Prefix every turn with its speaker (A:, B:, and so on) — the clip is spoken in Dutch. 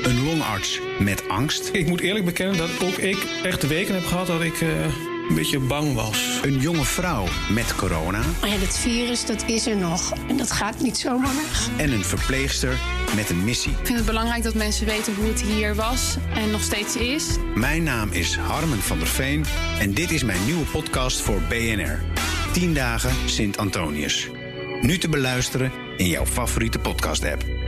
A: tandarts met angst?
B: Ik moet eerlijk bekennen dat ook ik echt weken heb gehad dat ik eh, een beetje bang was.
A: Een jonge vrouw met corona?
C: Maar ja, dat virus, dat is er nog. En dat gaat niet zomaar weg.
A: En een verpleegster met een missie?
D: Ik vind het belangrijk dat mensen weten hoe het hier was en nog steeds is.
A: Mijn naam is Harmen van der Veen en dit is mijn nieuwe podcast voor BNR. 10 dagen Sint-Antonius. Nu te beluisteren in jouw favoriete podcast-app.